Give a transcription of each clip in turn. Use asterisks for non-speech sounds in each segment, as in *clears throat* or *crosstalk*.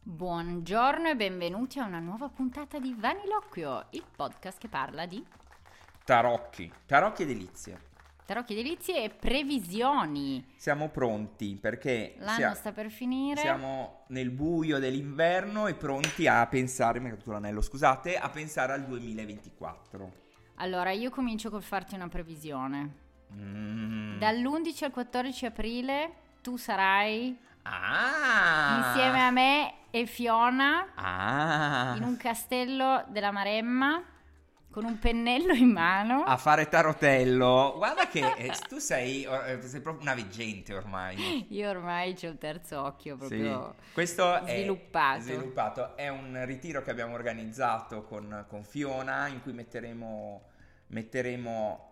Buongiorno e benvenuti a una nuova puntata di Vaniloquio, il podcast che parla di Tarocchi, tarocchi e delizie. tarocchi delizie e previsioni. Siamo pronti perché L'anno sia- sta per finire. siamo nel buio dell'inverno e pronti a pensare, mi è caduto l'anello, scusate, a pensare al 2024. Allora, io comincio col farti una previsione. Mm. Dall'11 al 14 aprile tu sarai Ah! insieme a me e Fiona Ah! in un castello della Maremma con un pennello in mano. A fare tarotello. Guarda che eh, tu sei, or- eh, sei proprio una veggente ormai. Io ormai c'ho il terzo occhio proprio. Sì. questo sviluppato. è sviluppato. È un ritiro che abbiamo organizzato con, con Fiona in cui metteremo, metteremo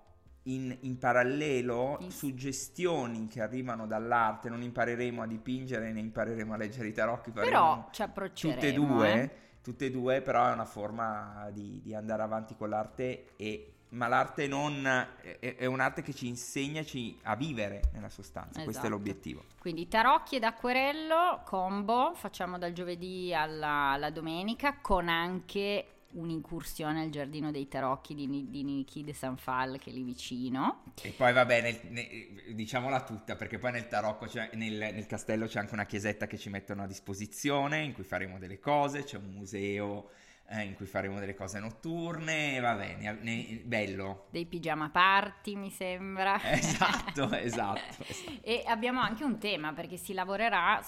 in, in parallelo Sì. suggestioni che arrivano dall'arte. Non impareremo a dipingere né impareremo a leggere i tarocchi. Però faremo ci approcceremo. tutte e due, eh. tutte e due, però è una forma di, di andare avanti con l'arte e ma l'arte non è, è- è un'arte che ci insegna ci- a vivere nella sostanza, questo è Esatto. l'obiettivo. Quindi tarocchi ed acquerello, combo, facciamo dal giovedì alla, alla domenica con anche un'incursione al giardino dei tarocchi di, Ni- di Niki de Sanfal che è lì vicino. E poi va bene, diciamola tutta, perché poi nel tarocco, c'è- nel, nel castello c'è anche una chiesetta che ci mettono a disposizione, in cui faremo delle cose, c'è un museo eh, in cui faremo delle cose notturne, va bene, ne- bello. Dei pigiama party mi sembra. *laughs* Esatto, esatto, esatto. E abbiamo anche un tema perché si lavorerà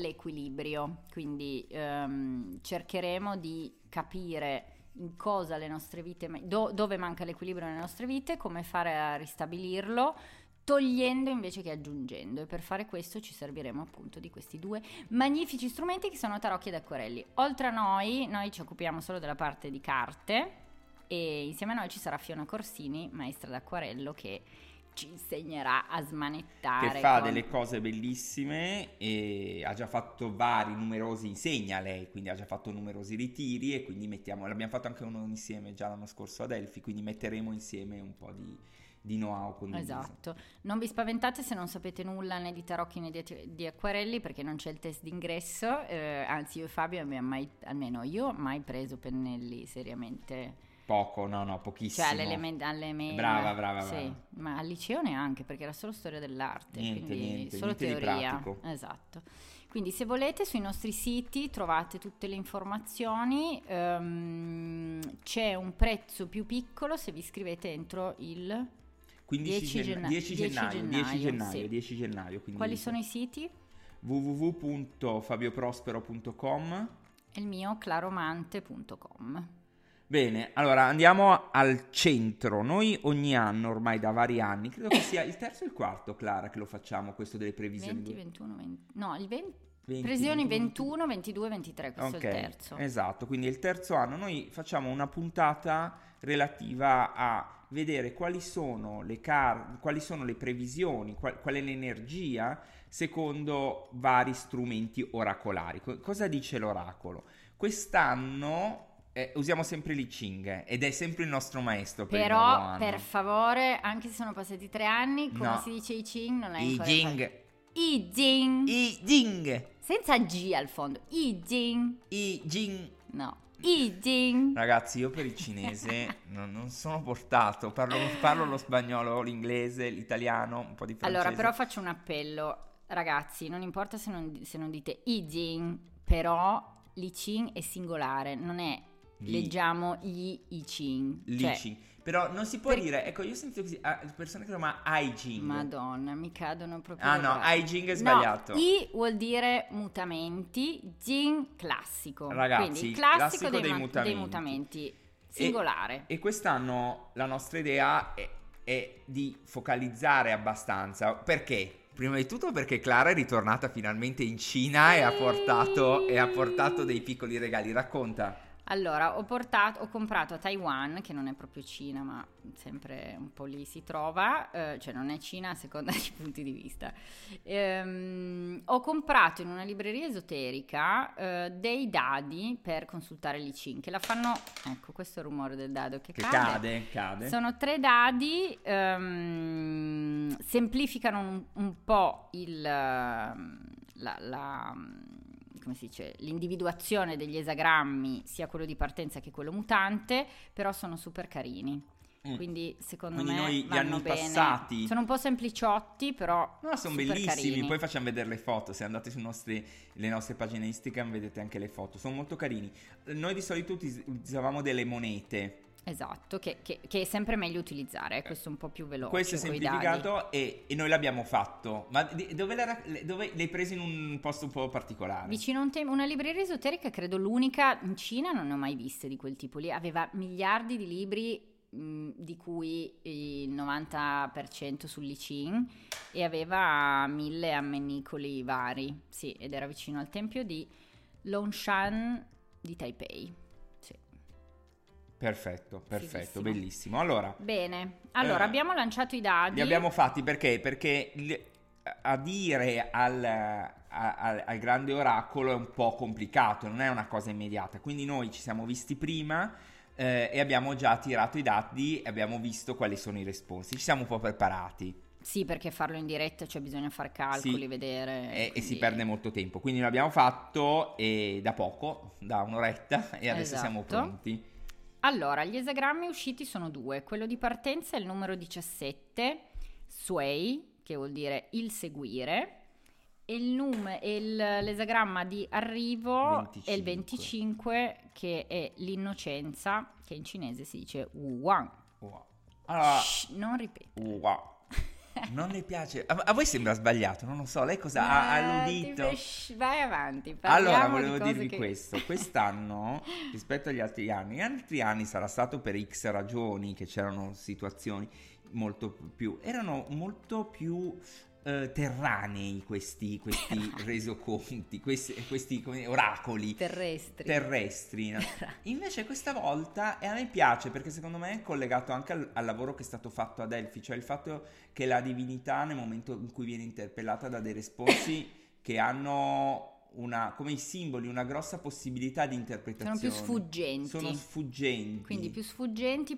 sull'equilibrio, quindi ehm, cercheremo di capire in cosa le nostre vite, ma- do- dove manca l'equilibrio nelle nostre vite, come fare a ristabilirlo, togliendo invece che aggiungendo. E per fare questo ci serviremo appunto di questi due magnifici strumenti che sono tarocchi ed acquerelli. Oltre a noi, noi ci occupiamo solo della parte di carte e insieme a noi ci sarà Fiona Corsini, maestra d'acquarello, che ci insegnerà a smanettare. Che fa con- delle cose bellissime e ha già fatto vari, numerosi, insegna lei, quindi ha già fatto numerosi ritiri e quindi mettiamo, l'abbiamo fatto anche uno insieme già l'anno scorso a Delphi, quindi metteremo insieme un po' di, di know-how condiviso. Esatto, non vi spaventate se non sapete nulla né di tarocchi né di, di acquarelli perché non c'è il test d'ingresso, eh, anzi io e Fabio abbiamo mai, almeno io, mai preso pennelli seriamente, Poco, no, no, pochissimo. cioè all'element- alle me- Brava, brava, sì, brava. ma al liceo neanche perché era solo storia dell'arte, Niente, quindi niente, solo niente di teoria. pratico. Esatto. Quindi se volete sui nostri siti trovate tutte le informazioni, ehm, c'è un prezzo più piccolo se vi iscrivete entro il 15 10 genna- genna- 10 gennaio, 10 gennaio, gennaio, sì. 10 gennaio, quindi Quali sono i siti? www.fabioprospero.com. E il mio claromante.com. Bene, allora andiamo al centro. Noi ogni anno, ormai da vari anni, credo che sia il terzo e il quarto, Clara, che lo facciamo, questo delle previsioni. 20, 21, 20. No, il 20. 20, Previsioni 21, 22, 23, questo Ok, è il terzo. Esatto, quindi è il terzo anno. Noi facciamo una puntata relativa a vedere quali sono le, car- quali sono le previsioni, qual-, qual è l'energia secondo vari strumenti oracolari. Co- cosa dice l'oracolo? Quest'anno eh, usiamo sempre l'I Ching ed è sempre il nostro maestro per il nuovo Però, anno. per favore, anche se sono passati tre anni, come No. si dice I Ching, non è I ancora... Ching, I Ching. I Ching, Senza G al fondo. I Ching. I Ching. No. I Ching. Ragazzi, io per il cinese non, non sono portato, parlo, parlo lo spagnolo, l'inglese, l'italiano, un po' di francese. Allora, però faccio un appello. Ragazzi, non importa se non, se non dite I Ching, però l'I Ching è singolare, non è... Gli- Leggiamo gli I Ching. Li cioè- Ching. Però non si può per- dire, ecco, io sento così, ah, persone che lo chiamano Aijing. Madonna, mi cadono proprio. Ah le no, braccia. Aijing è No, sbagliato. I vuol dire mutamenti, Jing classico. Ragazzi, Quindi classico, classico dei, dei ma- mutamenti. dei mutamenti. Singolare. E quest'anno la nostra idea è, è di focalizzare abbastanza. Perché? Prima di tutto perché Clara è ritornata finalmente in Cina e ha portato, e ha portato dei piccoli regali. Racconta. Allora, ho, portato, ho comprato a Taiwan, che non è proprio Cina, ma sempre un po' lì si trova, eh, cioè non è Cina a seconda *laughs* dei punti di vista. Ehm, ho comprato in una libreria esoterica eh, dei dadi per consultare l'I Ching, che la fanno... Ecco, questo è il rumore del dado che, Che cade, cade. Sono tre dadi, ehm, semplificano un, un po' il, ehm, la, la, come si dice, l'individuazione degli esagrammi, sia quello di partenza che quello mutante, però sono super carini. Mm. Quindi secondo Quindi me noi gli vanno anni bene. passati- sono un po' sempliciotti, però No, sono super bellissimi. carini. Poi facciamo vedere le foto. Se andate sulle nostre pagine Instagram vedete anche le foto. Sono molto carini. Noi di solito utis- utilizzavamo delle monete. Esatto, che, che- che è sempre meglio utilizzare, eh, questo è un po' più veloce. Questo è coi dadi. semplificato e, e noi l'abbiamo fatto. Ma di- dove, la rac- le- dove l'hai preso in un posto un po' particolare? Vicino a un te- una libreria esoterica, credo l'unica in Cina, non ne ho mai viste di quel tipo lì, aveva miliardi di libri mh, di cui il 90% sul Licin e aveva mille ammenicoli vari, sì, ed era vicino al tempio di Longshan di Taipei. Sì. Perfetto, perfetto, Fighissimo. bellissimo. Allora, Bene, allora Eh, abbiamo lanciato i dadi. Li abbiamo fatti perché? Perché il- a dire al, a- al- al grande oracolo è un po' complicato, non è una cosa immediata. Quindi noi ci siamo visti prima eh, e abbiamo già tirato i dati e abbiamo visto quali sono i responsi. Ci siamo un po' preparati Sì, perché farlo in diretta, cioè bisogna fare calcoli, Sì, vedere. e, e si Eh, quindi- perde molto tempo. Quindi l'abbiamo fatto e da poco, da un'oretta, *laughs* e adesso siamo Esatto. pronti. Allora, gli esagrammi usciti sono due. Quello di partenza è il numero 17, Suei, che vuol dire il seguire, e il nume- e il- l'esagramma di arrivo è il 25. 25, che è l'innocenza, che in cinese si dice Wu Wang. Wow. Allora, Shh, non ripeto. wow. Ah, Non le piace. A, a voi sembra sbagliato, non lo so. Lei cosa ha, ha alludito? vai avanti. Allora, parliamo di volevo cose dirvi che- *laughs* questo, quest'anno rispetto agli altri anni, gli altri anni sarà stato per X ragioni, che c'erano situazioni molto più, erano molto più eh, terranei questi, questi Terranei. resoconti, questi, questi come oracoli Terrestri. terrestri. no? *laughs* Invece questa volta, e a me piace perché secondo me è collegato anche al, al lavoro che è stato fatto a Delphi, cioè il fatto che la divinità nel momento in cui viene interpellata da dei responsi *coughs* che hanno una, come i simboli una grossa possibilità di sono interpretazione. più sfuggenti. Sono sfuggenti. Quindi più sfuggenti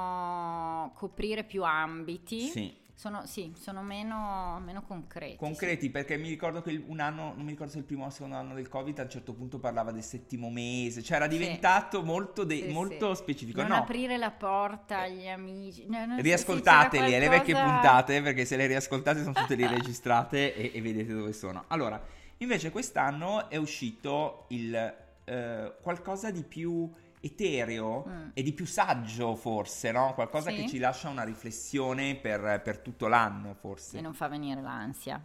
possono coprire più ambiti. Sì. Sono, sì, sono meno, meno concreti. Concreti, perché mi ricordo che il- un anno, non mi ricordo se il primo o il secondo anno del Covid, a un certo punto parlava del settimo mese, cioè era Sì. diventato molto, de- Sì, molto sì. specifico. Non no, aprire la porta agli amici. No, no, Eh sì, Riascoltateli, sì, c'era eh, le vecchie qualcosa- puntate, perché se le riascoltate sono *laughs* tutte lì registrate e, e vedete dove sono. Allora, invece quest'anno è uscito il eh, qualcosa di più etereo Mm. e di più saggio, forse, no? Qualcosa Sì. che ci lascia una riflessione per, per tutto l'anno, forse. E non fa venire l'ansia.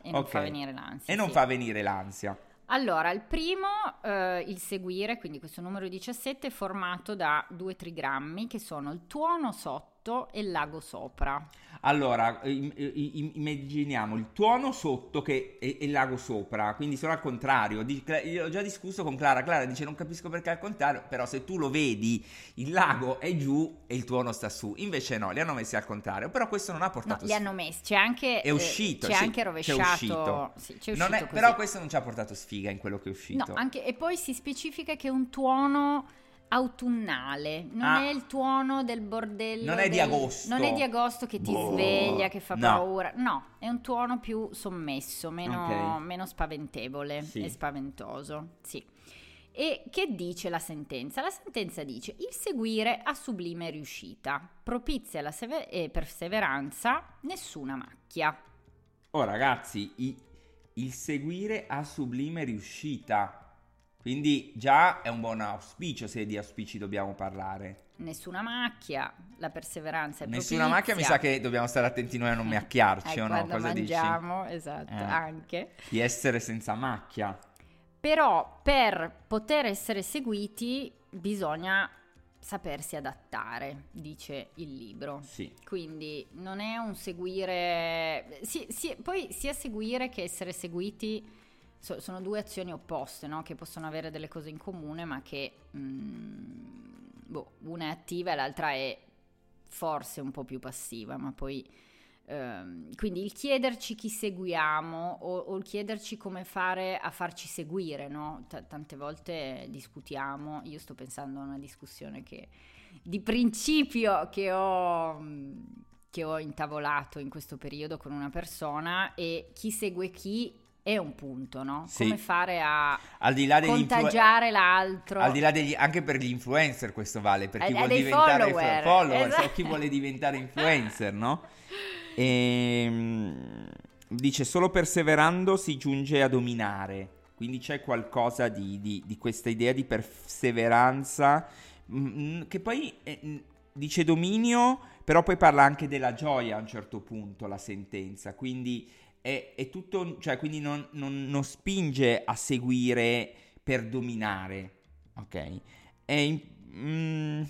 E non Ok. fa venire l'ansia. E non sì. fa venire l'ansia. Allora, il primo, eh, il seguire, quindi questo numero 17, è formato da due trigrammi che sono il tuono sotto e il lago Ah, sopra. Allora, im- im- immaginiamo il tuono sotto che e e il lago sopra, quindi sono al contrario. Di- Cla- io ho già discusso con Clara. Clara dice: Non capisco perché è al contrario, però se tu lo vedi, il lago è giù e il tuono sta su. Invece no, li hanno messi al contrario. Però questo non ha No, portato li hanno messi, c'è anche... È eh, uscito, C'è sì, anche c'è rovesciato. uscito. Sì, c'è uscito Non è- così. però questo non ci ha portato sfiga in quello che è uscito. No, anche, e poi si specifica che è un tuono autunnale, non Ah. è il tuono del bordello. Non è di del- agosto. Non è di agosto che ti Boh, sveglia, che fa no. paura. No, è un tuono più sommesso, meno, Ok. meno spaventevole Sì. e spaventoso. Sì. E che dice la sentenza? La sentenza dice il seguire a sublime riuscita, propizia la seve- e perseveranza, nessuna macchia. Oh, ragazzi, i- il seguire a sublime riuscita. Quindi già è un buon auspicio se di auspici dobbiamo parlare. Nessuna macchia, la perseveranza è Nessuna macchia, mi sa propizia. che dobbiamo stare attenti noi a non Eh, macchiarci, o no? quando Cosa mangiamo, esatto, Eh. anche. dici? Di essere senza macchia. Però per poter essere seguiti bisogna sapersi adattare, dice il libro. Sì. Quindi non è un seguire... sì, sì, poi sia seguire che essere seguiti so- sono due azioni opposte, no? Che possono avere delle cose in comune, ma che... mm, boh, una è attiva e l'altra è forse un po' più passiva, ma poi... ehm, quindi il chiederci chi seguiamo o, o il chiederci come fare a farci seguire, no? T- tante volte discutiamo, io sto pensando a una discussione che di principio che ho, mh, che ho intavolato in questo periodo con una persona e chi segue chi è un punto, no? Sì. Come fare a Al di là degli influ- contagiare l'altro. Al di là degli, anche per gli influencer questo vale, per Eh, chi eh, vuole dei diventare fo- follower, follower, o esatto. chi vuole diventare influencer, no? *laughs* Ehm, dice solo perseverando si giunge a dominare, quindi c'è qualcosa di, di- di questa idea di perseveranza mm, che poi eh, mm, dice dominio, però poi parla anche della gioia a un certo punto la sentenza, quindi è, è tutto, cioè quindi non, non- non spinge a seguire per dominare, ok? È in- mm,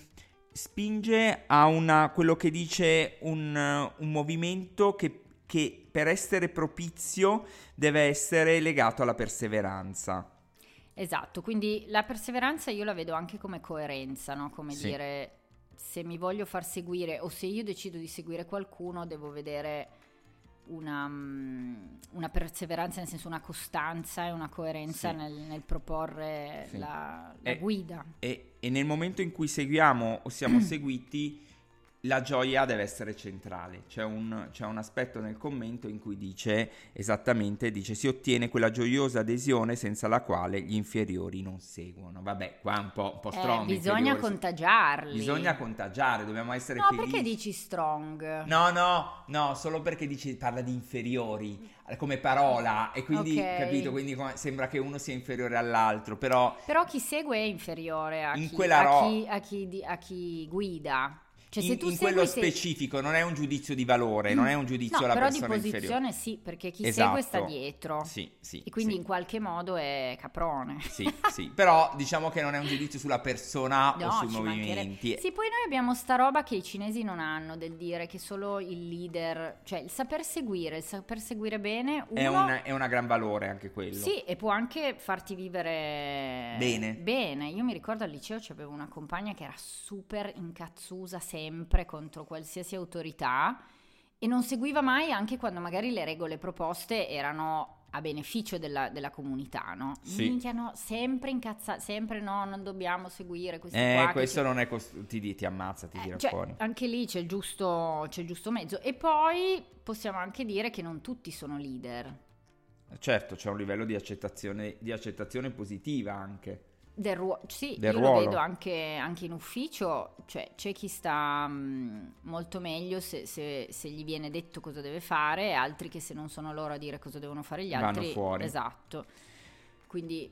spinge a una, quello che dice un, eh, un movimento che, che per essere propizio deve essere legato alla perseveranza. Esatto, quindi la perseveranza io la vedo anche come coerenza, no? Come Sì. dire, se mi voglio far seguire o se io decido di seguire qualcuno, devo vedere una, mm, una perseveranza, nel senso una costanza e una coerenza Sì. nel, nel proporre Sì. la, la Eh, guida. E, e nel momento in cui seguiamo o *clears throat* siamo seguiti, la gioia deve essere centrale. C'è un, c'è un aspetto nel commento in cui dice esattamente, dice si ottiene quella gioiosa adesione senza la quale gli inferiori non seguono. Vabbè, qua è un po', un po' Eh, strong. bisogna inferiori. contagiarli. Bisogna contagiare, dobbiamo essere No, felici. perché dici strong? No, no, no, solo perché dice, parla di inferiori eh, come parola e quindi, Ok. capito, quindi come- sembra che uno sia inferiore all'altro, però Però chi segue è inferiore a, In chi, quella a ro- chi- a chi di- a chi guida. Cioè, se in, tu in segui quello sei- specifico non è un giudizio di valore, non è un giudizio no, alla però persona di inferiore. posizione sì, perché chi Esatto. segue sta dietro Sì, sì. e quindi sì. in qualche modo è caprone. Sì, sì, però diciamo che non è un giudizio *laughs* sulla persona o No, sui ci movimenti. mancherebbe. Sì, poi noi abbiamo sta roba che i cinesi non hanno del dire che solo il leader, cioè il saper seguire, il saper seguire bene, uno È un, è una gran valore anche quello. Sì, e può anche farti vivere Bene. Bene, io mi ricordo al liceo c'avevo una compagna che era super incazzusa sempre contro qualsiasi autorità e non seguiva mai anche quando magari le regole proposte erano a beneficio della, della comunità, no? Sì. Minchia, no, sempre incazzata, sempre no, non dobbiamo seguire questi qua Eh, che questo ci- non è cost- ti, di- ti ammazza, ti Eh, tira cioè, fuori. anche lì c'è il giusto, c'è il giusto mezzo. E poi possiamo anche dire che non tutti sono leader. Certo, c'è un livello di accettazione, di accettazione positiva anche. Del ruo- sì, Del io ruolo. lo vedo anche, anche in ufficio, cioè c'è chi sta mh, molto meglio se, se- se gli viene detto cosa deve fare, e altri che se non sono loro a dire cosa devono fare gli Vanno altri. fuori. Esatto. Quindi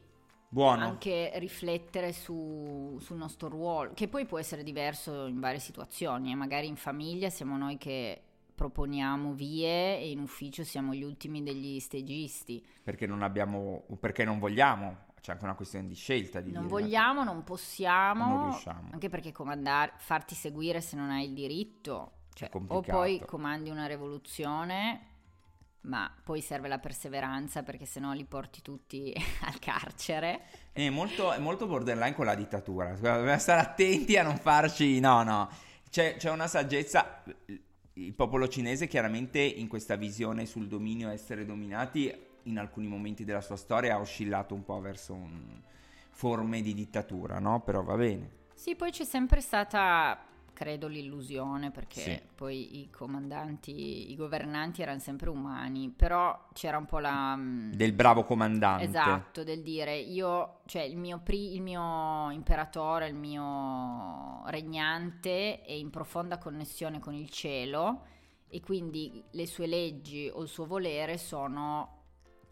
Buono. anche riflettere su- sul nostro ruolo, che poi può essere diverso in varie situazioni, e magari in famiglia siamo noi che proponiamo vie e in ufficio siamo gli ultimi degli stagisti. Perché non abbiamo, perché non vogliamo. C'è anche una questione di scelta. Di Non dire, vogliamo, non possiamo, Non riusciamo. anche perché comandare, farti seguire se non hai il diritto, cioè, o complicato. poi comandi una rivoluzione, ma poi serve la perseveranza perché sennò li porti tutti *laughs* al carcere. È molto, è molto borderline con la dittatura. Guarda, Dobbiamo stare attenti a non farci. No, no. C'è, c'è una saggezza. Il popolo cinese, chiaramente, in questa visione sul dominio, essere dominati, in alcuni momenti della sua storia ha oscillato un po' verso un- forme di dittatura, no? Però va bene. Sì, poi c'è sempre stata, credo, l'illusione perché Sì. poi i comandanti, i governanti erano sempre umani, però c'era un po' la... mm, Del bravo comandante. Esatto, del dire io, cioè il mio, pri- il mio imperatore, il mio regnante è in profonda connessione con il cielo e quindi le sue leggi o il suo volere sono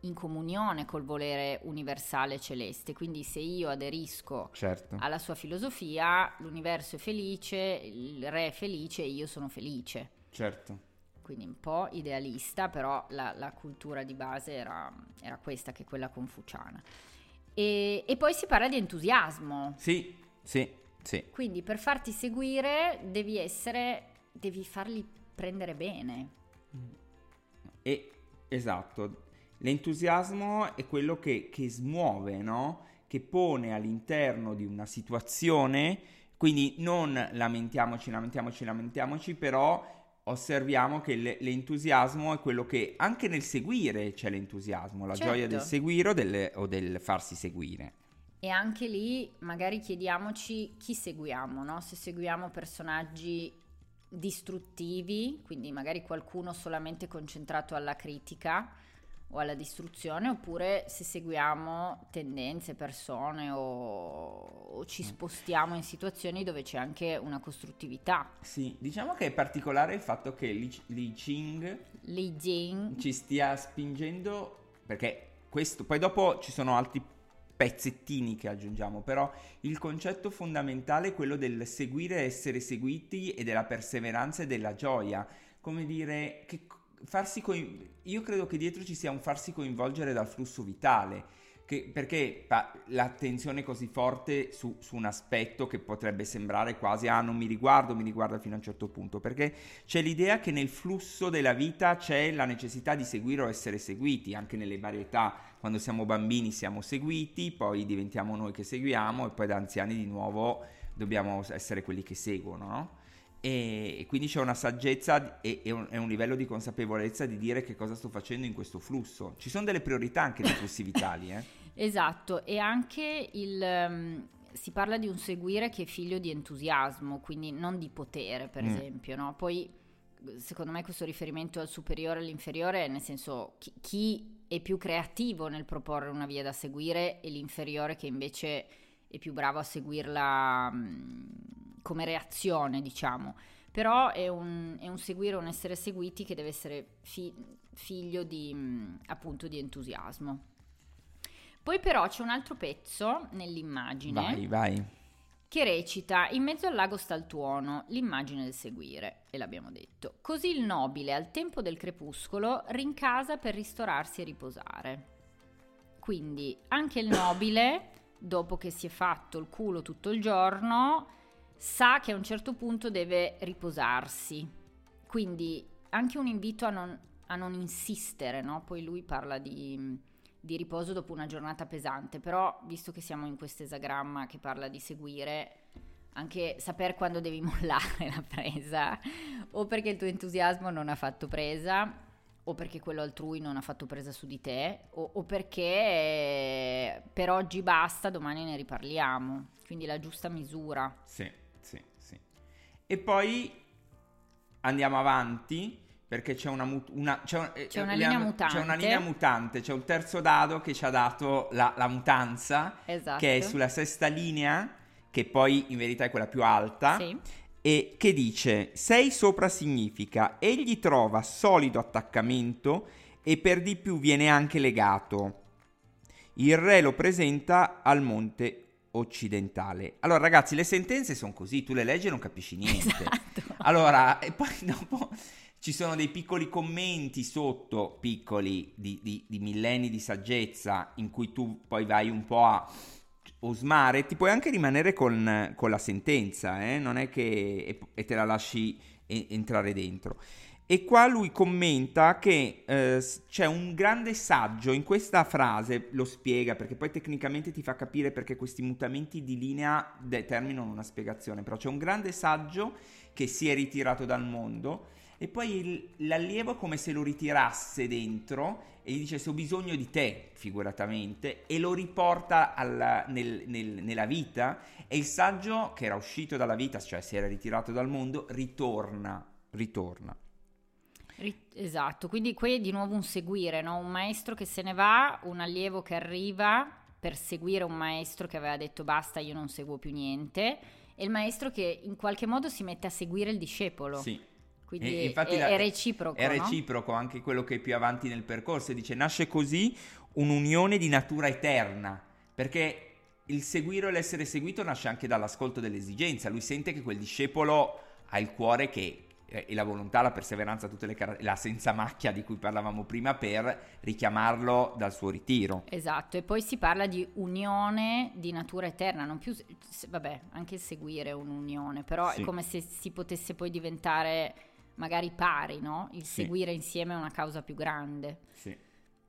in comunione col volere universale celeste. Quindi se io aderisco Certo. alla sua filosofia, l'universo è felice, il re è felice e io sono felice. Certo. Quindi un po' idealista, però la, la cultura di base era, era questa, che è quella confuciana. E, e poi si parla di entusiasmo. Sì, sì, sì. Quindi per farti seguire devi essere, devi farli prendere bene. Mm. E, esatto, l'entusiasmo è quello che, che smuove, no? Che pone all'interno di una situazione, quindi non lamentiamoci, lamentiamoci, lamentiamoci, però osserviamo che le- l'entusiasmo è quello che anche nel seguire c'è l'entusiasmo, la Certo. gioia del seguire o del, o del farsi seguire. E anche lì magari chiediamoci chi seguiamo, no? Se seguiamo personaggi distruttivi, quindi magari qualcuno solamente concentrato alla critica o alla distruzione, oppure se seguiamo tendenze, persone o, o ci spostiamo in situazioni dove c'è anche una costruttività. Sì, diciamo che è particolare il fatto che Li, Li Ching Li Jing, ci stia spingendo perché questo poi dopo ci sono altri pezzettini che aggiungiamo però il concetto fondamentale è quello del seguire essere seguiti e della perseveranza e della gioia come dire che farsi coin- io credo che dietro ci sia un farsi coinvolgere dal flusso vitale che- perché pa- l'attenzione così forte su, su un aspetto che potrebbe sembrare quasi ah non mi riguardo mi riguarda fino a un certo punto perché c'è l'idea che nel flusso della vita c'è la necessità di seguire o essere seguiti, anche nelle varie età, quando siamo bambini siamo seguiti, poi diventiamo noi che seguiamo e poi da anziani di nuovo dobbiamo essere quelli che seguono, no? E e quindi c'è una saggezza e, e un, e un livello di consapevolezza di dire che cosa sto facendo in questo flusso. Ci sono delle priorità anche nei flussi vitali, eh? esatto, e anche il... ehm, si parla di un seguire che è figlio di entusiasmo, quindi non di potere, per Mm. esempio, no? Poi, secondo me, questo riferimento al superiore e all'inferiore è nel senso chi, chi è più creativo nel proporre una via da seguire e l'inferiore che invece è più bravo a seguirla mh, come reazione, diciamo. Però è un, è un seguire, un essere seguiti che deve essere fi- figlio di, mh, appunto, di entusiasmo. Poi però c'è un altro pezzo nell'immagine Vai, vai. che recita In mezzo al lago sta il tuono, l'immagine del seguire, e l'abbiamo detto. Così il nobile al tempo del crepuscolo rincasa per ristorarsi e riposare. Quindi anche il nobile, dopo che si è fatto il culo tutto il giorno, sa che a un certo punto deve riposarsi. Quindi anche un invito a non, a non insistere, no? Poi lui parla di di riposo dopo una giornata pesante, però visto che siamo in questo esagramma che parla di seguire, anche saper quando devi *laughs* mollare la presa, o perché il tuo entusiasmo non ha fatto presa, o perché quello altrui non ha fatto presa su di te, o, o perché eh, per oggi basta, domani ne riparliamo. Quindi la giusta misura. Sì, sì, sì. E poi andiamo avanti perché c'è una, mut- una- c'è un- eh, C'è una le linea hanno- mutante. C'è una linea mutante, c'è un terzo dado che ci ha dato la, la mutanza, Esatto. che è sulla sesta linea, che poi in verità è quella più alta, Sì. e che dice: Sei sopra significa egli trova solido attaccamento e per di più viene anche legato. Il re lo presenta al monte occidentale. Allora, ragazzi, le sentenze sono così, tu le leggi e non capisci niente. *laughs* Esatto. Allora, e poi *laughs* dopo ci sono dei piccoli commenti sotto, piccoli di, di- di millenni di saggezza, in cui tu poi vai un po' a osmare, ti puoi anche rimanere con, con la sentenza, eh? non è che e, e te la lasci e- entrare dentro. E qua lui commenta che eh, s- c'è un grande saggio in questa frase, lo spiega perché poi tecnicamente ti fa capire perché questi mutamenti di linea determinano una spiegazione, però c'è un grande saggio che si è ritirato dal mondo e poi il- l'allievo è come se lo ritirasse dentro e gli dice se ho bisogno di te figuratamente e lo riporta alla- nel- nel- nella vita e il saggio che era uscito dalla vita cioè si era ritirato dal mondo ritorna ritorna Ri- Esatto, quindi qui è di nuovo un seguire, no? un maestro che se ne va, un allievo che arriva per seguire un maestro che aveva detto basta, io non seguo più niente, e il maestro che in qualche modo si mette a seguire il discepolo. sì Quindi E- è, infatti la- è reciproco. è no? reciproco anche quello che è più avanti nel percorso e dice nasce così un'unione di natura eterna perché il seguire o l'essere seguito nasce anche dall'ascolto dell'esigenza lui sente che quel discepolo ha il cuore che eh, e la volontà, la perseveranza, tutte le car- la senza macchia di cui parlavamo prima per richiamarlo dal suo ritiro. Esatto, e poi si parla di unione di natura eterna, non più, se- se- vabbè, anche il seguire è un'unione, però Sì. è come se si potesse poi diventare magari pari, no? Il Sì. seguire insieme una causa più grande.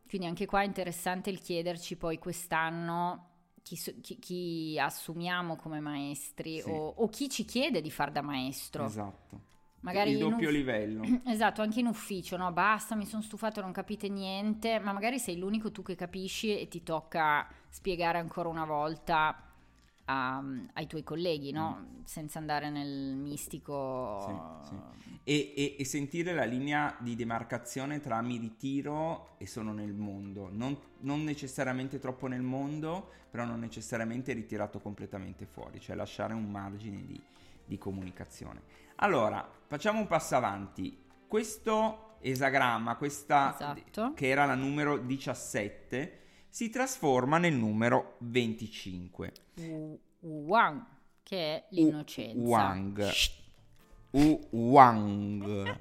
Quindi anche qua è interessante il chiederci poi quest'anno chi, so- chi- chi assumiamo come maestri Sì. o, o chi ci chiede di far da maestro. Esatto. Magari il in doppio uff- livello. Esatto, anche in ufficio, no? Basta, mi sono stufato, non capite niente, ma magari sei l'unico tu che capisci e ti tocca spiegare ancora una volta a- ai tuoi colleghi, no? Mm. Senza andare nel mistico. Sì, sì. E, e- e sentire la linea di demarcazione tra mi ritiro e sono nel mondo, non, non necessariamente troppo nel mondo, però non necessariamente ritirato completamente fuori, cioè lasciare un margine di, di comunicazione. Allora, facciamo un passo avanti. Questo esagramma, questa Esatto. che era la numero 17, si trasforma nel numero 25. Wu- Wang, che è l'innocenza. Wang. U *laughs* Wang.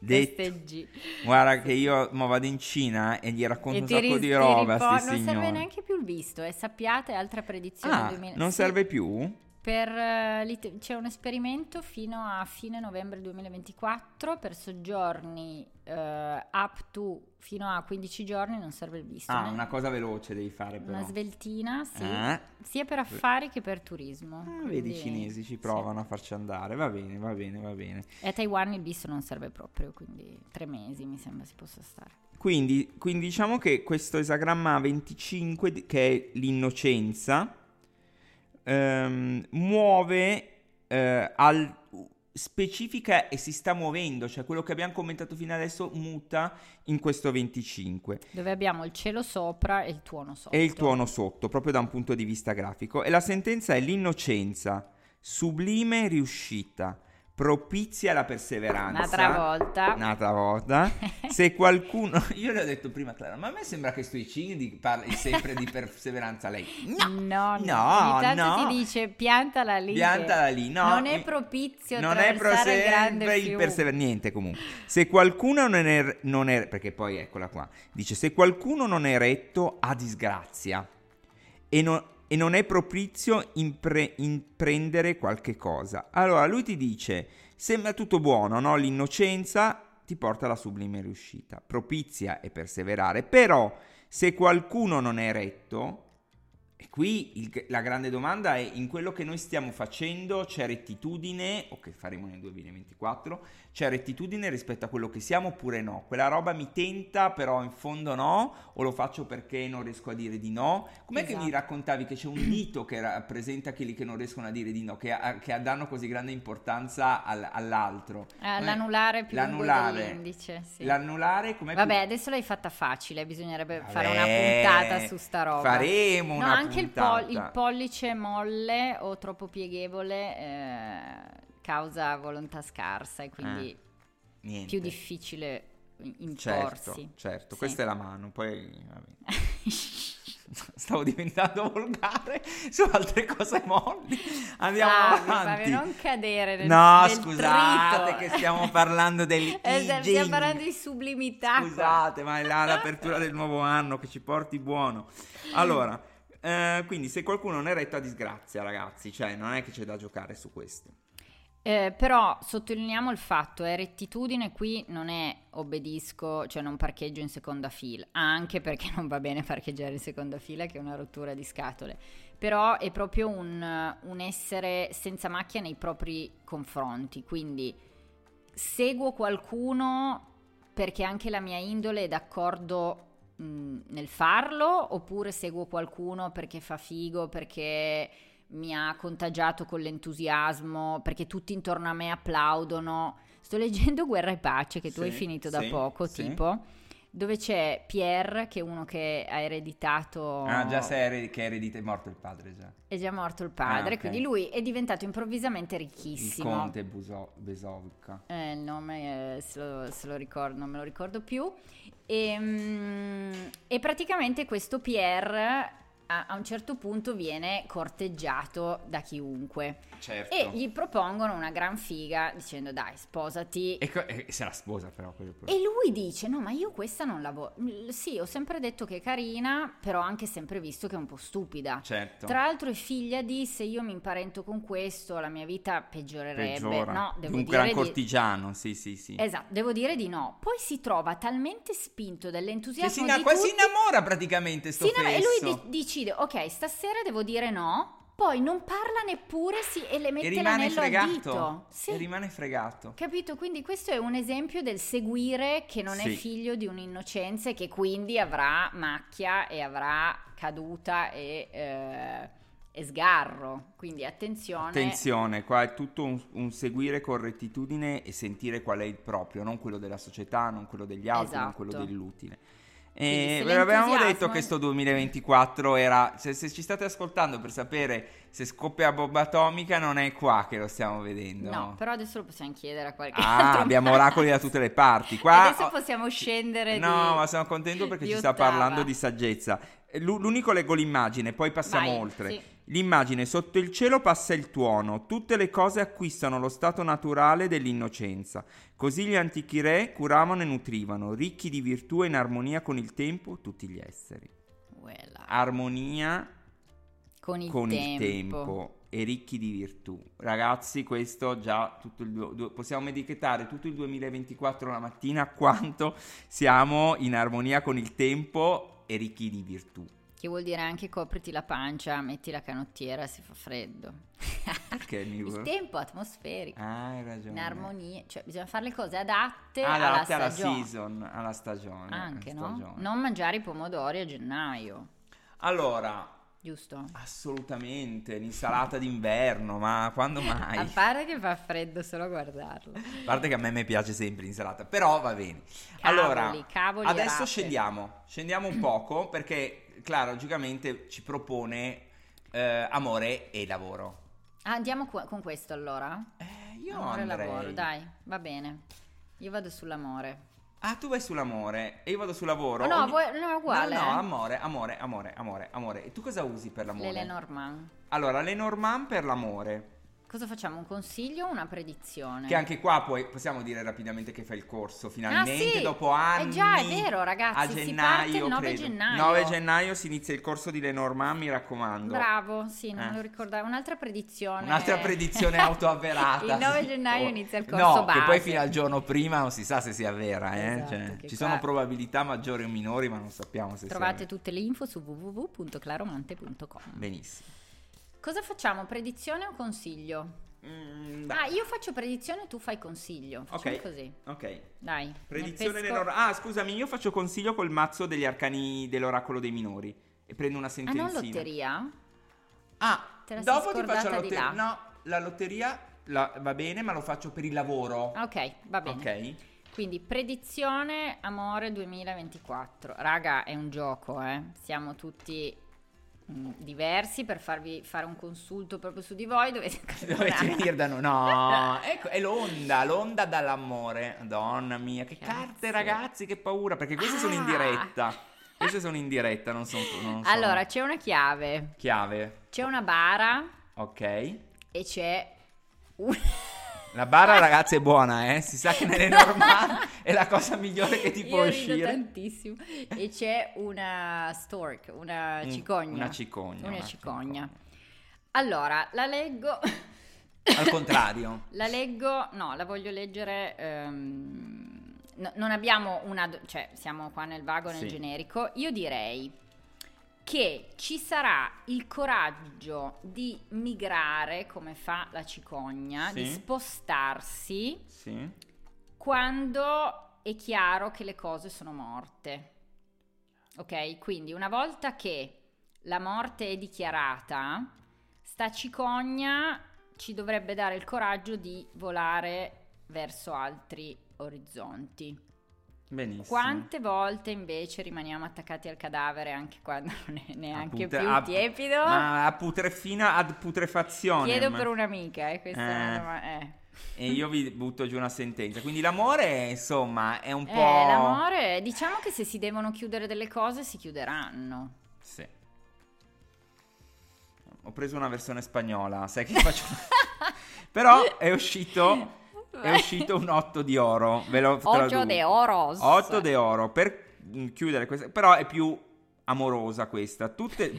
Detto- Festeggi. Guarda che io mo vado in Cina e gli racconto E un ti sacco ris- di ti roba ripo- a sti non serve signori. neanche più il visto, eh, sappiate altra predizione Ah, 2000 non Sì, serve più? per, eh, l'It- c'è un esperimento fino a fine novembre 2024 per soggiorni eh, up to fino a 15 giorni non serve il visto. Ah, né- una cosa veloce devi fare però. una sveltina, sì. Ah. Sia per affari che per turismo. Ah, vedi, i quindi- cinesi ci sì. provano a farci andare. Va bene, va bene, va bene. E a Taiwan il visto non serve proprio, quindi tre mesi mi sembra si possa stare. Quindi, quindi diciamo che questo esagramma 25, di- che è l'innocenza, ehm, muove, eh, al- specifica e si sta muovendo, cioè quello che abbiamo commentato fino adesso muta in questo 25 Dove abbiamo il cielo sopra e il tuono sotto. e il tuono sotto, proprio da un punto di vista grafico. E la sentenza è l'innocenza, sublime riuscita, propizia alla perseveranza. Un'altra volta. *laughs* Un'altra volta. Se qualcuno. *laughs* Io le ho detto prima, Clara, ma a me sembra che sui cinghi parli sempre di perseveranza. Lei. No! No, no, No, Ogni tanto no. si dice piantala lì. che Piantala lì, no. non è mi- propizio non è pro- attraversare il grande sempre il fiume. persever- niente comunque se qualcuno non è, non è perché poi eccola qua dice se qualcuno non è retto ha disgrazia e non, e non è propizio in, pre- in prendere qualche cosa allora lui ti dice sembra tutto buono no l'innocenza ti porta alla sublime riuscita propizia e perseverare però se qualcuno non è retto e qui il- la grande domanda è in quello che noi stiamo facendo c'è rettitudine, o che faremo nel 2024, c'è rettitudine rispetto a quello che siamo oppure no? Quella roba mi tenta però in fondo no, o lo faccio perché non riesco a dire di no? Com'è che mi Esatto. raccontavi che c'è un dito che rappresenta quelli che non riescono a dire di no, che, a- che danno così grande importanza al- all'altro? Eh, Com'è- l'anulare è più L'anulare. lungo dell'indice. sì. L'annulare com'è più- Vabbè, adesso l'hai fatta facile, bisognerebbe fare una Vabbè, puntata su sta roba. Faremo No, una anche il, puntata. pol- il pollice molle o troppo pieghevole eh, causa volontà scarsa e quindi Eh, Niente. più difficile i- Certo, imporsi. *laughs* certo. Sì. questa è la mano, poi va bene. *laughs* Stavo diventando *laughs* volgare su altre cose molli. Andiamo Fabio, avanti. Fabio, non cadere nel no, nel scusate trito. che stiamo parlando del *laughs* Eh, st- aging. Stiamo parlando di sublimità. qua. Scusate, ma è *laughs* la- l'apertura del nuovo anno che ci porti buono. Allora, eh, quindi se qualcuno non è retto a disgrazia, ragazzi, cioè non è che c'è da giocare su questo. Eh, però sottolineiamo il fatto, è rettitudine qui non è obbedisco, cioè non parcheggio in seconda fila, anche perché non va bene *laughs* parcheggiare in seconda fila che è una rottura di scatole, però è proprio un, un essere senza macchia nei propri confronti, quindi seguo qualcuno perché anche la mia indole è d'accordo mh, nel farlo oppure seguo qualcuno perché fa figo, perché mi ha contagiato con l'entusiasmo, perché tutti intorno a me applaudono. Sto leggendo Guerra e Pace, che tu Sì, hai finito da sì, poco, sì. tipo, dove c'è Pierre, che è uno che ha ereditato... Ah, già sei eredi- che eredite è morto il padre già. È già morto il padre, Ah, ok. quindi lui è diventato improvvisamente Il ricchissimo. conte Buso- Besovka. Eh, il nome eh, se, lo, se lo ricordo, non me lo ricordo più. E, mm, e praticamente questo Pierre a, a un certo punto viene corteggiato da chiunque Certo. e gli propongono una gran figa dicendo dai sposati. E, co- e se la sposa però quello è il E lui dice: No, ma io questa non la voglio. Sì, ho sempre detto che è carina, però ho anche sempre visto che è un po' stupida. Certo. Tra l'altro è figlia di se io mi imparento con questo la mia vita peggiorerebbe. Peggiora. No, devo un dire gran di- cortigiano, sì, sì, sì. Esatto, devo dire di no. Poi si trova talmente spinto Che dall'entusiasmo si, inna- di quasi tutti, innamora praticamente sto si innamora- e lui fesso. de- decide, ok, stasera devo dire no, poi non parla neppure sì, e le E mette rimane l'anello al fregato. dito. Sì, E rimane fregato. capito? Quindi questo è un esempio del seguire che non è Sì. figlio di un'innocenza e che quindi avrà macchia e avrà caduta e... eh, e sgarro, quindi attenzione. Attenzione, qua è tutto un, un seguire con rettitudine e sentire qual è il proprio, non quello della società, non quello degli altri, non Esatto. quello dell'utile. Quindi E se ve l'avevamo l'entusiasmo detto è- che sto 2024 era. Se, se ci state ascoltando per sapere se scoppia bomba atomica, non è qua che lo stiamo vedendo. No, però adesso lo possiamo chiedere a qualche altro. Ah, *laughs* abbiamo oracoli da tutte le parti. Qua Oh, Adesso possiamo scendere No, di- ma sono contento perché di ci sta ottava. parlando di saggezza. L'u- L'unico leggo l'immagine, poi passiamo Vai, oltre. sì. L'immagine sotto il cielo passa il tuono, tutte le cose acquistano lo stato naturale dell'innocenza. Così gli antichi re curavano e nutrivano, ricchi di virtù e in armonia con il tempo, tutti gli esseri. Quella. Armonia Con il con tempo. il tempo e ricchi di virtù. Ragazzi, questo già tutto il du- du- possiamo etichettare tutto il 2024 la mattina quanto siamo in armonia con il tempo e ricchi di virtù. Che vuol dire anche copriti la pancia, metti la canottiera se fa freddo. Perché mi il tempo atmosferico. Ah, hai In ragione. armonia, cioè bisogna fare le cose adatte alla Adatte Ah, alla stagione. season, alla stagione. Anche, alla no? stagione. Non mangiare i pomodori a gennaio, Allora, giusto? assolutamente, l'insalata d'inverno, ma *laughs* quando mai? A parte che fa freddo solo a guardarlo. A parte che a me mi piace sempre l'insalata, però va bene. Cavoli, *laughs* allora, cavoli e adesso rape. scendiamo, scendiamo *clears throat* un poco perché Clara logicamente ci propone eh, amore e lavoro. Ah, andiamo qua- con questo allora? Eh, io amore e andrei. lavoro, dai, va bene. Io vado sull'amore. Ah, tu vai sull'amore e io vado sul lavoro. Oh no, Ogni- vuoi- no, uguale, No, no, eh. amore, amore, amore, amore, amore. E tu cosa usi per l'amore? L'Elenormand. Allora, Lenormand per l'amore. Cosa facciamo? Un consiglio o una predizione? Che anche qua poi possiamo dire rapidamente che fa il corso finalmente Ah, sì! dopo anni. Eh già, è vero, ragazzi, A si gennaio, parte il 9 credo. gennaio. 9 gennaio si inizia il corso di Lenormand, mi raccomando. Bravo, sì, non Eh. lo ricordavo. Un'altra predizione. Un'altra *laughs* predizione autoavverata. il 9 sì. gennaio Oh. inizia il corso No, base. che poi fino al giorno prima non si sa se sia vera, eh, Esatto, cioè, che ci qua- sono probabilità maggiori o minori, ma non sappiamo se Trovate sia tutte le info su www.claromante.com. vera. Benissimo. Cosa facciamo? Predizione o consiglio? Mm, Ah, dai. io faccio predizione e tu fai consiglio. Facciamo Ok. così. Ok. Dai. ne Predizione pesco- dell'oracolo. Ah, scusami, io faccio consiglio col mazzo degli arcani dell'oracolo dei minori e prendo una Ah, non sentenzina. lotteria? Ah, Te la sei dopo ti faccio la scordata di lotteria. là. No, la lotteria la- va bene, ma lo faccio per il lavoro. Ah, ok, va bene. Ok. Quindi predizione amore 2024. Raga, è un gioco, eh. Siamo tutti mm, diversi per farvi fare un consulto proprio su di voi dovete *laughs* Dovete calcolare. venire da *laughs* noi. No, ecco, è l'onda, l'onda dall'amore. Madonna mia, che Cazzo. carte ragazzi, che paura, perché queste sono in Ah. diretta. Queste sono in diretta, non sono... *laughs* non sono- allora c'è una chiave Chiave, c'è una bara ok. e c'è un... *laughs* La barra, ragazzi, è buona, eh? Si sa che nelle normali è la cosa migliore che ti Io può rido uscire. tantissimo. E c'è una stork, una Un- cicogna. Mm, Una cicogna. Una cicogna. Allora, la leggo. *coughs* *laughs* Al contrario. La leggo, no, la voglio leggere. ehm, no- non abbiamo una. do- cioè, siamo qua nel vago, nel Sì. generico. Io direi che ci sarà il coraggio di migrare come fa la cicogna, di Sì. spostarsi Sì. quando è chiaro che le cose sono morte. Ok? Quindi una volta che la morte è dichiarata, sta cicogna ci dovrebbe dare il coraggio di volare verso altri orizzonti. Benissimo. Quante volte invece rimaniamo attaccati al cadavere anche quando non è neanche A putre- più a- tiepido? Ma a putrefina ad putrefazione. Chiedo per un'amica, eh, questa è una Eh. domanda- eh. E io vi butto giù una sentenza. Quindi l'amore, insomma, è un po'. Eh, l'amore, diciamo che se si devono chiudere delle cose si chiuderanno. *laughs* Sì. Ho preso una versione spagnola, sai che *laughs* faccio. Però è uscito. È uscito un 8 di oro. Ve lo Ocho traduco. de oros. 8 de oro per mm, chiudere questa, però è più amorosa questa, tutte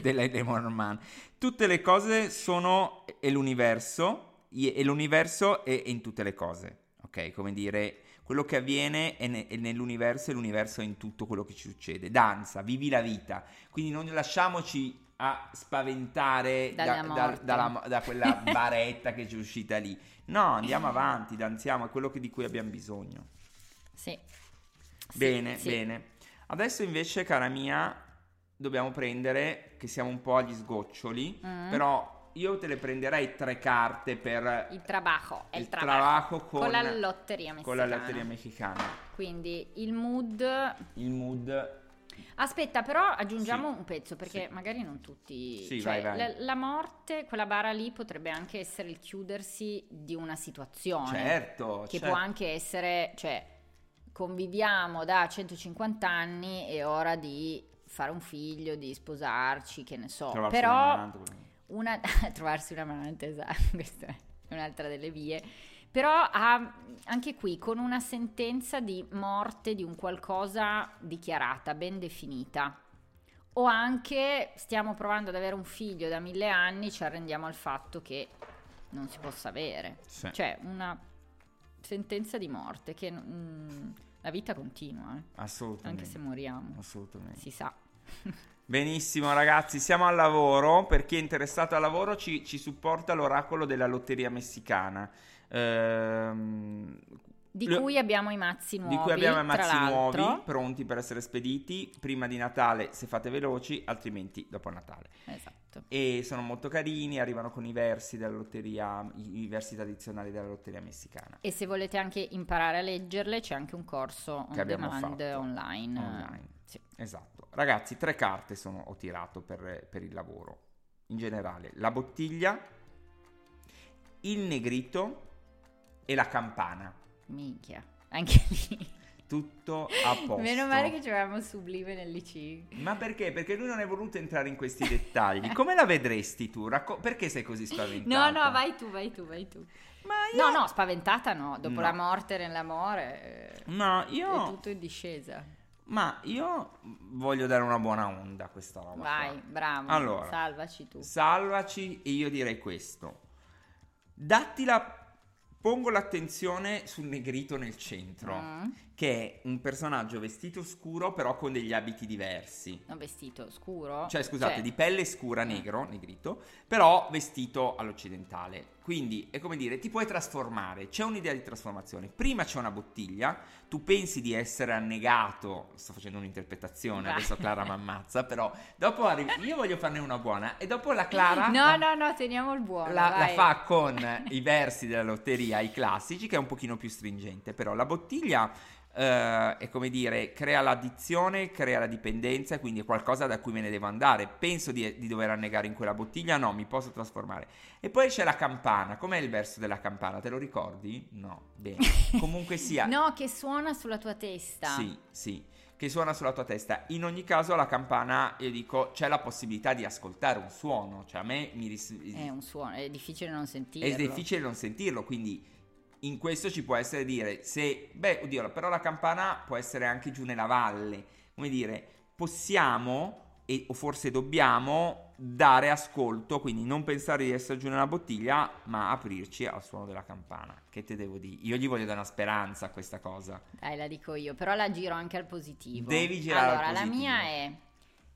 *laughs* delle dei Mormon. Tutte le cose sono e l'universo i- e l'universo è è in tutte le cose, ok? Come dire quello che avviene è, ne- è nell'universo e l'universo è in tutto quello che ci succede. Danza, vivi la vita. Quindi non lasciamoci a spaventare da, Dalla da- morte. dalla mo- da *laughs* quella baretta che ci è uscita lì. No, andiamo avanti, danziamo, è quello che- di cui abbiamo bisogno. Sì. Sì, Bene, sì. bene. Adesso invece, cara mia, dobbiamo prendere, che siamo un po' agli sgoccioli, Mm. però io te le prenderei tre carte per Il trabajo, è il, il trabajo. trabajo Con, con, la lotteria messicana. con la lotteria messicana. Quindi il mood. Il mood, Aspetta, però aggiungiamo Sì. un pezzo perché Sì. magari non tutti. Sì, cioè, vai, vai. La, la morte, quella bara lì potrebbe anche essere il chiudersi di una situazione. certo, Che certo. può anche essere, cioè, conviviamo da 150 anni, è ora di fare un figlio, di sposarci, che ne so. Trovarsi Però davanti, quello. una, *laughs* trovarsi un amante, esatto, *laughs* questa è un'altra delle vie. Però ha- anche qui con una sentenza di morte di un qualcosa dichiarata, ben definita. O anche stiamo provando ad avere un figlio da mille anni, ci arrendiamo al fatto che non si possa avere. Sì. Cioè una sentenza di morte che mm, la vita continua, eh, Assolutamente. anche se moriamo, Assolutamente. si sa. Benissimo ragazzi, siamo al lavoro. Per chi è interessato al lavoro ci, ci supporta l'oracolo della lotteria messicana. Ehm, Di lo- cui abbiamo i mazzi nuovi. di cui abbiamo i tra mazzi l'altro. nuovi pronti per essere spediti prima di Natale se fate veloci, altrimenti dopo Natale. Esatto. E sono molto carini, arrivano con i versi della lotteria, i, i versi tradizionali della lotteria messicana. E se volete anche imparare a leggerle, c'è anche un corso on Che abbiamo demand fatto. online. Online. Sì. Esatto. Ragazzi, tre carte sono, ho tirato per, per il lavoro. In generale, la bottiglia, il negrito e la campana. Minchia. Anche lì. Tutto a *laughs* posto. Meno male che ci avevamo sublime nell'IC. Ma perché? Perché lui non è voluto entrare in questi dettagli. Come la vedresti tu? Racco- perché sei così No, spaventata? no, vai tu, vai tu, vai tu. Ma io... No, no, spaventata no. Dopo No. la morte nell'amore eh, No, è io... tutto in discesa. Ma io voglio dare una buona onda a questa roba. qua. Vai, bravo. Allora. Salvaci tu. Salvaci e io direi questo. Datti la... Pongo l'attenzione sul negrito nel centro, Mm. che è un personaggio vestito scuro però con degli abiti diversi. Un vestito scuro. Cioè, scusate, Cioè, di pelle scura, negro, negrito, però vestito all'occidentale. Quindi è come dire, ti puoi trasformare, c'è un'idea di trasformazione. Prima c'è una bottiglia, tu pensi di essere annegato, sto facendo un'interpretazione, Vai. adesso Clara mi ammazza, però dopo arrivi, io voglio farne una buona e *laughs* dopo la Clara... No, no, no, teniamo il buono. La, la vai. fa con i versi della lotteria, i classici, che è un pochino più stringente, però la bottiglia eh, è come dire, crea l'addizione, crea la dipendenza, quindi è qualcosa da cui me ne devo andare. Penso di, di dover annegare in quella bottiglia, no, mi posso trasformare. E poi c'è la campana, com'è il verso della campana? Te lo ricordi? No, bene. *laughs* Comunque sia, No, che suona sulla tua testa. sì, sì, che suona sulla tua testa. In ogni caso la campana, io dico, c'è la possibilità di ascoltare un suono, cioè a me mi ris- È un suono, è difficile non sentirlo. È difficile non sentirlo, quindi in questo ci può essere dire se, beh, oddio, però la campana può essere anche giù nella valle, come dire, possiamo e, o forse dobbiamo dare ascolto, quindi non pensare di essere giù nella bottiglia, ma aprirci al suono della campana. Che te devo dire? Io gli voglio dare una speranza a questa cosa. Dai, la dico io, però la giro anche al positivo. Devi girare al Allora, la positivo. mia è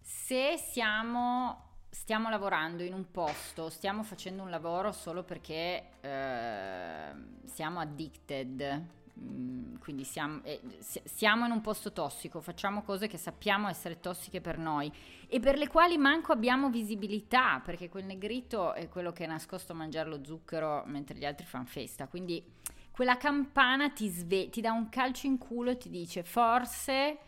se siamo stiamo lavorando in un posto, stiamo facendo un lavoro solo perché eh, siamo addicted. mm, Quindi siamo, eh, si- siamo in un posto tossico, facciamo cose che sappiamo essere tossiche per noi e per le quali manco abbiamo visibilità, perché quel negrito è quello che è nascosto a mangiare lo zucchero mentre gli altri fanno festa. Quindi quella campana ti, sve- ti dà un calcio in culo e ti dice forse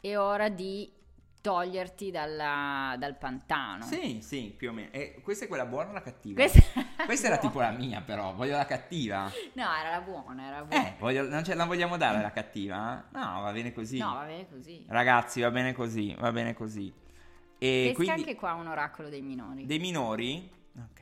è ora di toglierti dalla- dal pantano. Sì, sì, più o meno. E questa è quella buona o la cattiva? Questa, *laughs* *laughs* Questa era tipo la mia, però, voglio la cattiva. No, era la buona, era la buona. Eh, voglio- non ce la vogliamo dare la cattiva? No, va bene così. No, va bene così. Ragazzi, va bene così, va bene così. E Pesca quindi anche qua un oracolo dei minori, dei minori, ok,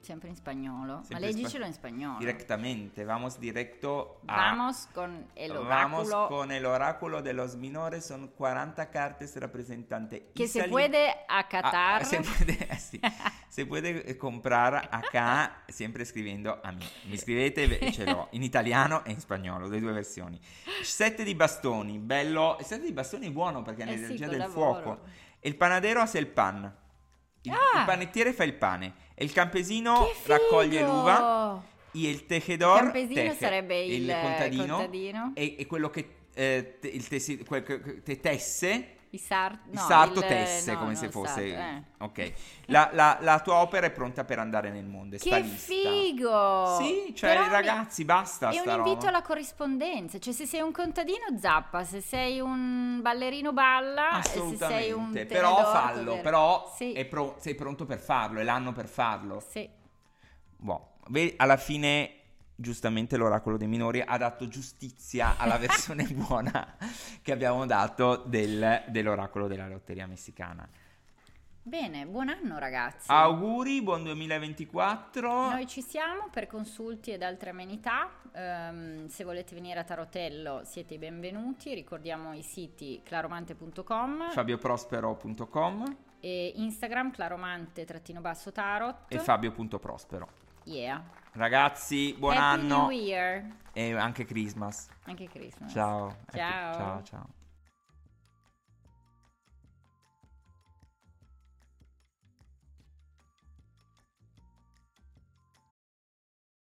sempre in spagnolo, Sempre ma in leggicelo spa- in spagnolo. direttamente, vamos directo a Vamos con el Ah. Vamos oráculo con el oráculo de los minores, son 40 cartas representante que se Italy. puede acatar. Ah, *laughs* se puede, *laughs* sì. Se puede eh, comprar acá, sempre scrivendo a me. Mi scrivete e ce l'ho in italiano e in spagnolo, le due versioni. Sette di bastoni, bello. Il sette di bastoni è buono perché è Eh sì, l'energia col del lavoro. fuoco. E il panadero hace il pan. Il, Ah! il panettiere fa il pane. E il campesino Che figo! raccoglie l'uva. E il tejedor. Il campesino sarebbe il, eh, contadino. E, e quello che eh, te- il tesi- quel che- che- te tesse I sart- Il no, sarto il- tesse no, come no, se il fosse. sarto, eh. Ok. La, la- la tua opera è pronta per andare nel mondo. È Che statista. figo! Sì, cioè, Però mi- ragazzi, basta. È un sta invito roba. alla corrispondenza, cioè se sei un contadino zappa, se sei un ballerino balla, e se sei un Assolutamente. Però tenedor, fallo, dov'era? però Sì, è pro- sei pronto per farlo, è l'anno per farlo. sì. Boh, ve- alla fine giustamente l'oracolo dei minori ha dato giustizia alla *laughs* versione buona che abbiamo dato del- dell'oracolo della lotteria messicana. Bene, buon anno ragazzi. Auguri, buon 2024. Noi ci siamo per consulti ed altre amenità. Ehm, se volete venire a Tarotello siete i benvenuti. Ricordiamo i siti claromante.com FabioProspero.com e Instagram claromante-tarot. e Fabio.prospero. Yeah. Ragazzi, buon Happy anno New Year. e anche Christmas. Anche Christmas. Ciao. Ciao. Ciao, ciao.